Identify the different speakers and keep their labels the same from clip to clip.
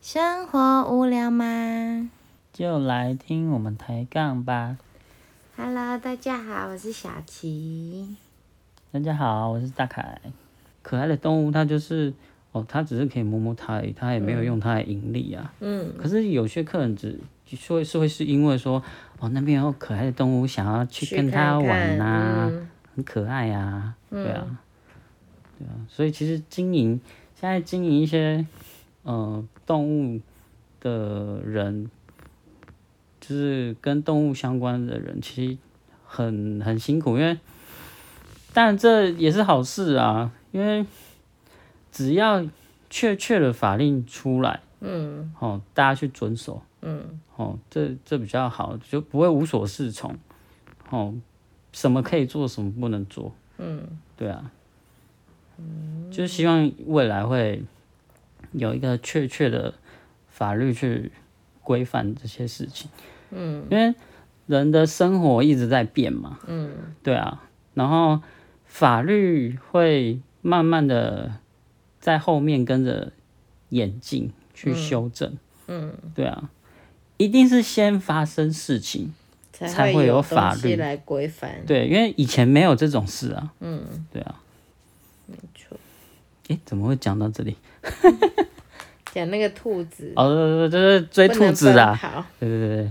Speaker 1: 生活无聊吗
Speaker 2: 就来听我们抬杠吧。
Speaker 1: ？Hello，大家好，我是小琪。
Speaker 2: 大家好，我是大凯。可爱的动物，它就是哦，它只是可以摸摸它而已，它也没有用它来盈利啊。
Speaker 1: 嗯，
Speaker 2: 可是有些客人只是会是会是因为说哦，那边有可爱的动物，想要去跟它
Speaker 1: 看看
Speaker 2: 玩啊，
Speaker 1: 嗯
Speaker 2: 很可爱啊，对啊，对啊。所以其实经营现在经营一些呃动物的人，就是跟动物相关的人，其实很很辛苦，因为但这也是好事啊，因为只要确切的法令出来，嗯，哦，大家去遵守，嗯，哦，这这比较好，就不会无所适从，哦，什么可以做，什么不能做，嗯，对啊，就是希望未来会有一个确切的法律去规范这些事情，嗯，因为人的生活一直在变嘛，嗯，对啊，然后法律会慢慢的在后面跟着眼镜去修正，嗯，对啊，一定是先发生事情，才会有法律
Speaker 1: 东西来规范。
Speaker 2: 对，因为以前没有这种事啊。嗯，对啊。没错。诶，怎么会讲到这里？
Speaker 1: 讲那个兔子，
Speaker 2: 哦，对对对，就是追兔子
Speaker 1: 不能
Speaker 2: 啊
Speaker 1: 奔。跑。
Speaker 2: 对对对对。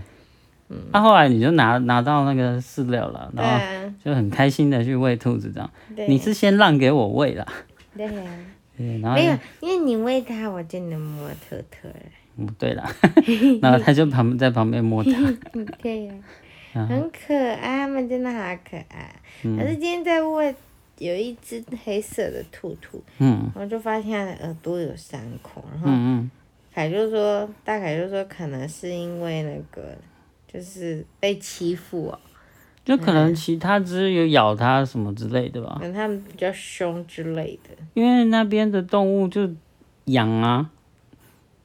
Speaker 2: 嗯。那、后来你就拿拿到那个饲料了，
Speaker 1: 对
Speaker 2: 然后
Speaker 1: 啊，
Speaker 2: 就很开心的去喂兔子，这样。
Speaker 1: 对
Speaker 2: 你是先让给我喂啦。
Speaker 1: 对啊，
Speaker 2: 对，然后
Speaker 1: 没有，因为你喂它，我就能摸特特了。
Speaker 2: 嗯，对 啦，然后他就旁在旁边摸 它。
Speaker 1: 嗯，对呀、
Speaker 2: 啊
Speaker 1: 很可爱，它们真的好可爱。
Speaker 2: 嗯
Speaker 1: 可是今天在喂有一只黑色的兔兔，
Speaker 2: 嗯
Speaker 1: 然后就发现它的耳朵有伤口，然后
Speaker 2: 嗯
Speaker 1: 凯就说，大凯就说，可能是因为那个就是被欺负哦，
Speaker 2: 嗯，就可能其他只有咬它什么之类的吧
Speaker 1: 可，能他们比较凶之类的。
Speaker 2: 因为那边的动物就羊啊、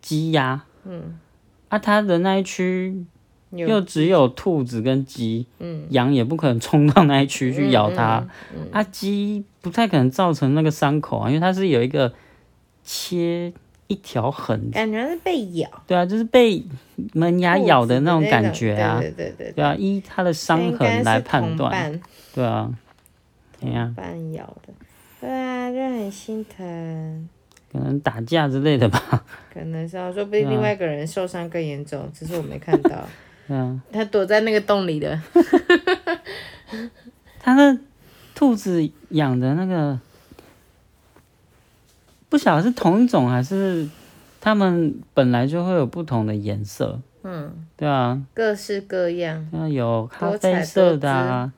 Speaker 2: 鸡呀、嗯，啊，它的那一区
Speaker 1: 有
Speaker 2: 又只有兔子跟鸡，嗯，羊也不可能冲到那一区去咬它，啊，鸡不太可能造成那个伤口啊，因为它是有一个切一条痕，
Speaker 1: 感觉是被咬，
Speaker 2: 对啊，就是被门牙咬的那种感觉啊，
Speaker 1: 哦对对对对，
Speaker 2: 对啊，依它的伤痕来判
Speaker 1: 应
Speaker 2: 断，
Speaker 1: 该是同
Speaker 2: 对啊，怎样
Speaker 1: 伴，？伴咬的，对啊，就很心疼。
Speaker 2: 可能打架之类的吧，
Speaker 1: 可能是啊，说不定
Speaker 2: 嗯
Speaker 1: 另外一个人受伤更严重，只是我没看 到。
Speaker 2: 对啊。
Speaker 1: 他躲在那个洞里的，
Speaker 2: 它的兔子养的那个，不晓得是同一种还是它们本来就会有不同的颜色。嗯，对啊，
Speaker 1: 各式各样。
Speaker 2: 那有咖
Speaker 1: 多彩
Speaker 2: 啡色的啊，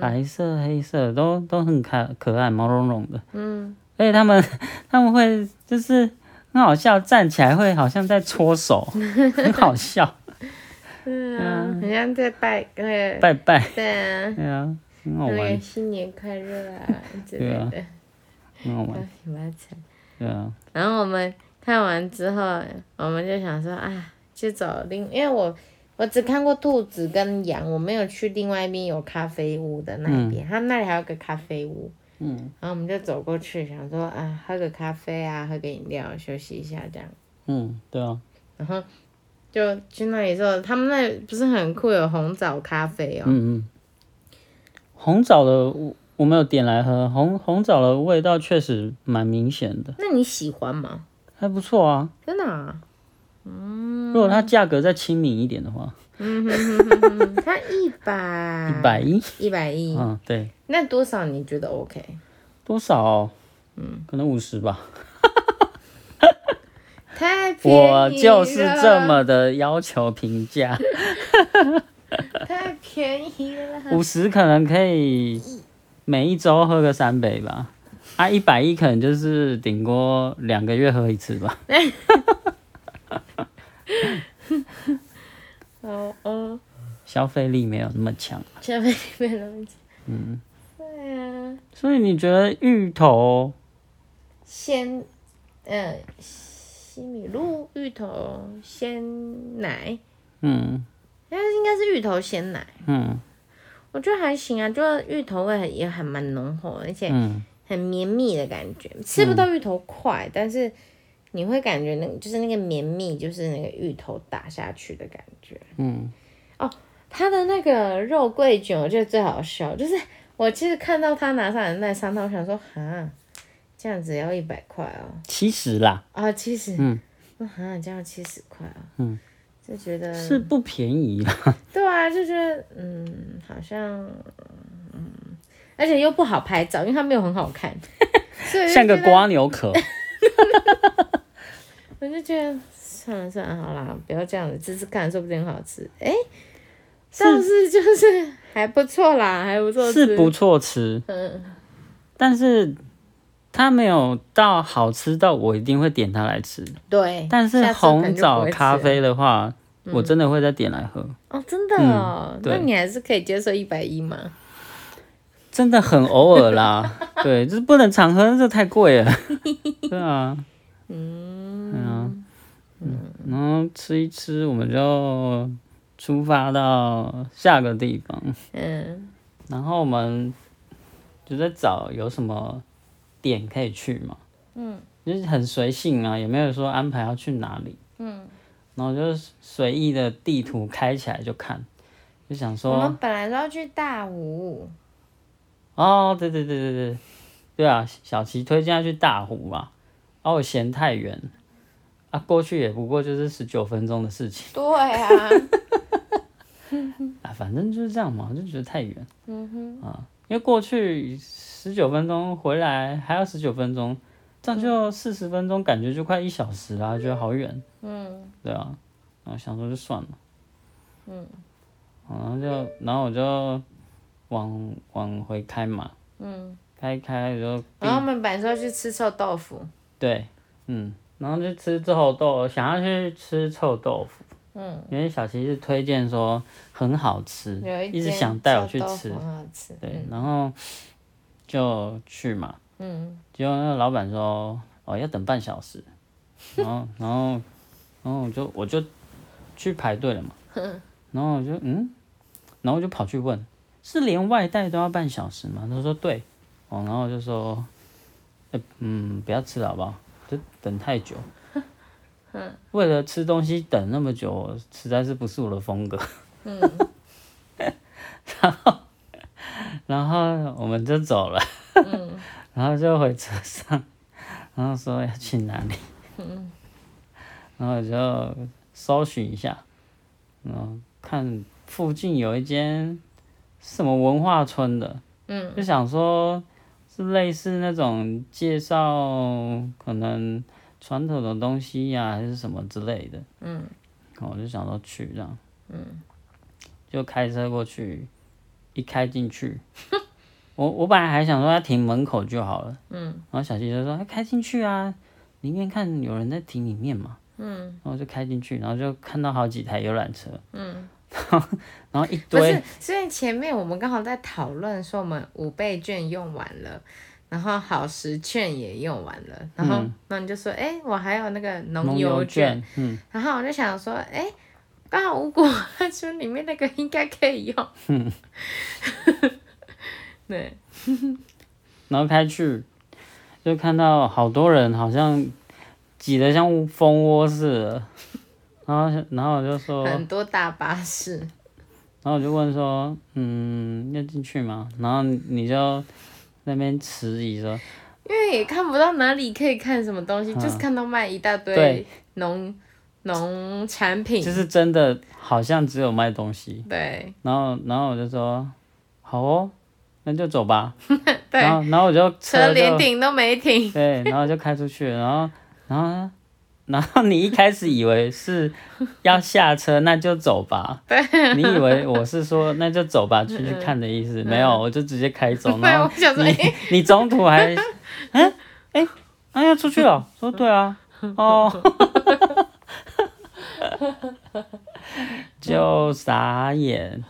Speaker 2: 白色、黑色都都很可可爱，毛茸茸的。嗯，而且它们它们会就是很好笑，站起来会好像在搓手，很好笑，
Speaker 1: 对啊，很像在拜呃，
Speaker 2: 嗯拜拜，
Speaker 1: 对啊，
Speaker 2: 对啊，很好
Speaker 1: 那
Speaker 2: 玩
Speaker 1: 个，新年快乐啊之类的，
Speaker 2: 很好玩，
Speaker 1: 恭喜发财。
Speaker 2: 对啊，
Speaker 1: 然后我们看完之后，我们就想说啊，去找另，因为我我只看过兔子跟羊，我没有去另外一边有咖啡屋的那一边，他们那里还有个咖啡屋。
Speaker 2: 嗯
Speaker 1: 然后我们就走过去，想说啊，喝个咖啡啊，喝个饮料，休息一下这样。
Speaker 2: 嗯，对啊，
Speaker 1: 然后就去那里之后，他们那里不是很酷，有红枣咖啡哦。
Speaker 2: 嗯嗯，红枣的我我没有点来喝，红红枣的味道确实蛮明显的，
Speaker 1: 那你喜欢吗？
Speaker 2: 还不错啊。
Speaker 1: 真的啊？
Speaker 2: 如果它价格再亲民一点的话，
Speaker 1: 嗯它一百
Speaker 2: 一百一，
Speaker 1: 一百一，
Speaker 2: 嗯，对，
Speaker 1: 那多少你觉得 OK？
Speaker 2: 多少、嗯，可能五十吧。
Speaker 1: 太便宜了
Speaker 2: 我就是这么的要求评 价，
Speaker 1: 太便宜了。
Speaker 2: 五十可能可以每一周喝个三杯吧。啊，一百一可能就是顶多两个月喝一次吧。
Speaker 1: 哦哦，
Speaker 2: 消费力没有那么强，
Speaker 1: 消费里面东西。嗯，对啊，
Speaker 2: 所以你觉得芋头
Speaker 1: 鲜，呃，西米露、芋头鲜奶，
Speaker 2: 嗯
Speaker 1: 但是应该是芋头鲜奶，
Speaker 2: 嗯
Speaker 1: 我觉得还行啊，就是芋头味很也还蛮浓厚，而且
Speaker 2: 嗯
Speaker 1: 很绵密的感觉，吃不到芋头块，但是你会感觉那个就是那个绵密，就是那个芋头打下去的感觉。哦
Speaker 2: 嗯，
Speaker 1: 它的那个肉桂卷，我觉得最好笑，就是我其实看到他拿上来的那三套，我想说，哈，这样子要一百块哦，
Speaker 2: 七十啦，
Speaker 1: 啊，七十，
Speaker 2: 嗯，
Speaker 1: 我说哈，这样七十块啊，
Speaker 2: 嗯，
Speaker 1: 就觉得
Speaker 2: 是不便宜啦。
Speaker 1: 对啊，就觉得嗯，好像嗯，而且又不好拍照，因为它没有很好看，所以我就
Speaker 2: 像个
Speaker 1: 觉得，
Speaker 2: 瓜牛壳。
Speaker 1: 我就觉得算了算了，好啦，不要这样子，吃吃看，说不定很好吃。哎、倒是就是还不错啦，还不错吃，
Speaker 2: 是不错吃，
Speaker 1: 嗯
Speaker 2: 但是它没有到好吃到我一定会点它来吃。
Speaker 1: 对。
Speaker 2: 但是
Speaker 1: 下次可
Speaker 2: 红
Speaker 1: 能就不
Speaker 2: 枣
Speaker 1: 会吃嗯
Speaker 2: 咖啡的话，我真的会再点来喝，
Speaker 1: 哦，真的哦，
Speaker 2: 嗯
Speaker 1: 那
Speaker 2: 对
Speaker 1: 你还是可以接受一百一吗？
Speaker 2: 真的很偶尔啦。 对，就是不能常喝，这太贵 了。对啊，嗯，对啊，嗯，然后吃一吃，我们就出发到下个地方。
Speaker 1: 嗯，
Speaker 2: 然后我们就在找有什么点可以去嘛，嗯，就是很随性啊，也没有说安排要去哪里，嗯，然后就随意的地图开起来就看，就想
Speaker 1: 我
Speaker 2: 说
Speaker 1: 们，本来都要去大武，
Speaker 2: 哦，对对对对对，对啊，小琪推荐要去大湖嘛，啊，我嫌太远，啊，过去也不过就是十九分钟的事情
Speaker 1: 对啊，
Speaker 2: 啊，反正就是这样嘛，就觉得太远，嗯哼，啊，因为过去十九分钟回来还要十九分钟，这样就四十分钟，感觉就快一小时啦，觉得好远。嗯，对啊，然后想说就算了。嗯，然后就然后我就往往回开嘛。嗯，开一开我就
Speaker 1: 然后我们本来说要去吃臭豆腐，
Speaker 2: 对，嗯，然后就吃臭豆，想要去吃臭豆腐。嗯，因为小琪是推荐说很好吃
Speaker 1: 有，
Speaker 2: 一直
Speaker 1: 间
Speaker 2: 想带我去
Speaker 1: 臭豆
Speaker 2: 吃
Speaker 1: 腐。很好吃。
Speaker 2: 对，然后就去嘛，
Speaker 1: 嗯，
Speaker 2: 结果那个老板说哦要等半小时，然后 然后然后我就我就去排队了嘛，然后我就嗯，然后我就跑去问，是连外带都要半小时吗？他说对，哦，然后我就说，呃嗯，不要吃了好不好？就等太久。为了吃东西等那么久，实在是不是我的风格。然后，然后我们就走了。 然后就回车上，然后说要去哪里， 然后我就搜寻一下，然后看附近有一间什么文化村的，嗯，就想说是类似那种介绍可能传统的东西呀、还是什么之类的，嗯，然后我就想说去这样，嗯，就开车过去，一开进去， 我我本来还想说要停门口就好了，嗯，然后小七就说哎开进去啊，里面看有人在停里面嘛，嗯，然后我就开进去，然后就看到好几台游览车，嗯， 然后一
Speaker 1: 不是
Speaker 2: 堆，
Speaker 1: 所以前面我们刚好在讨论说我们五倍券用完了。然后好时券也用完了，然
Speaker 2: 嗯
Speaker 1: 后那你就说，哎、我还有那个农
Speaker 2: 游
Speaker 1: 油券，，
Speaker 2: 嗯，
Speaker 1: 然后我就想说，哎、刚好五谷花村里面那个应该可以用， 对，
Speaker 2: 然后开去就看到好多人好像挤得像蜂窝似的，然后然后我就说，
Speaker 1: 很多大巴士，
Speaker 2: 然后我就问说，嗯，要进去吗？然后你就那边迟疑说，
Speaker 1: 因为也看不到哪里可以看什么东西，就是看到卖一大堆
Speaker 2: 嗯对
Speaker 1: 农农产品，
Speaker 2: 就是真的好像只有卖东西。
Speaker 1: 对
Speaker 2: 然后然后我就说，好哦，那就走吧。然
Speaker 1: 对，
Speaker 2: 后然后我就
Speaker 1: 车
Speaker 2: 车
Speaker 1: 连
Speaker 2: 就
Speaker 1: 停都没停，
Speaker 2: 对，然后就开出去了，然后然后呢然后你一开始以为是要下车，那就走吧。你以为我是说那就走吧，去去看的意思？没有，我就直接开 走。
Speaker 1: 对，
Speaker 2: 然
Speaker 1: 我
Speaker 2: 后
Speaker 1: 想说，哎、
Speaker 2: 你你中途还，嗯哎啊要出去了？说对啊，哦。就傻眼，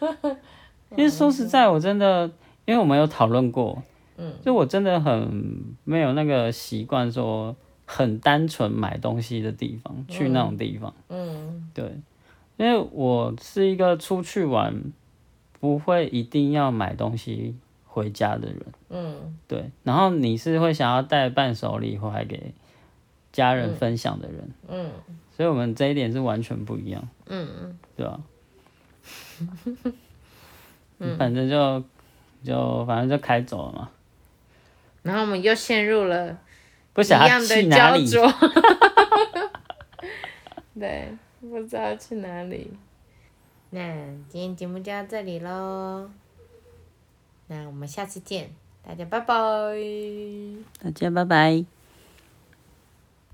Speaker 2: 因为说实在，我真的，因为我们有讨论过，嗯，就我真的很没有那个习惯，说很单纯买东西的地方，去那种地方，
Speaker 1: 嗯，
Speaker 2: 对，因为我是一个出去玩不会一定要买东西回家的人，
Speaker 1: 嗯，
Speaker 2: 对，然后你是会想要带伴手礼回来给家人分享的人，
Speaker 1: 嗯
Speaker 2: 所以我们这一点是完全不一样，
Speaker 1: 嗯
Speaker 2: 对 吧、反正就就反正就开走了嘛，
Speaker 1: 嗯，然后我们又陷入了
Speaker 2: 不
Speaker 1: 一
Speaker 2: 晓得他
Speaker 1: 样的
Speaker 2: 去哪
Speaker 1: 焦
Speaker 2: 里，
Speaker 1: 灼。对，不知道去哪里。那今天节目就到这里喽，那我们下次见，大家拜拜。
Speaker 2: 大家拜拜。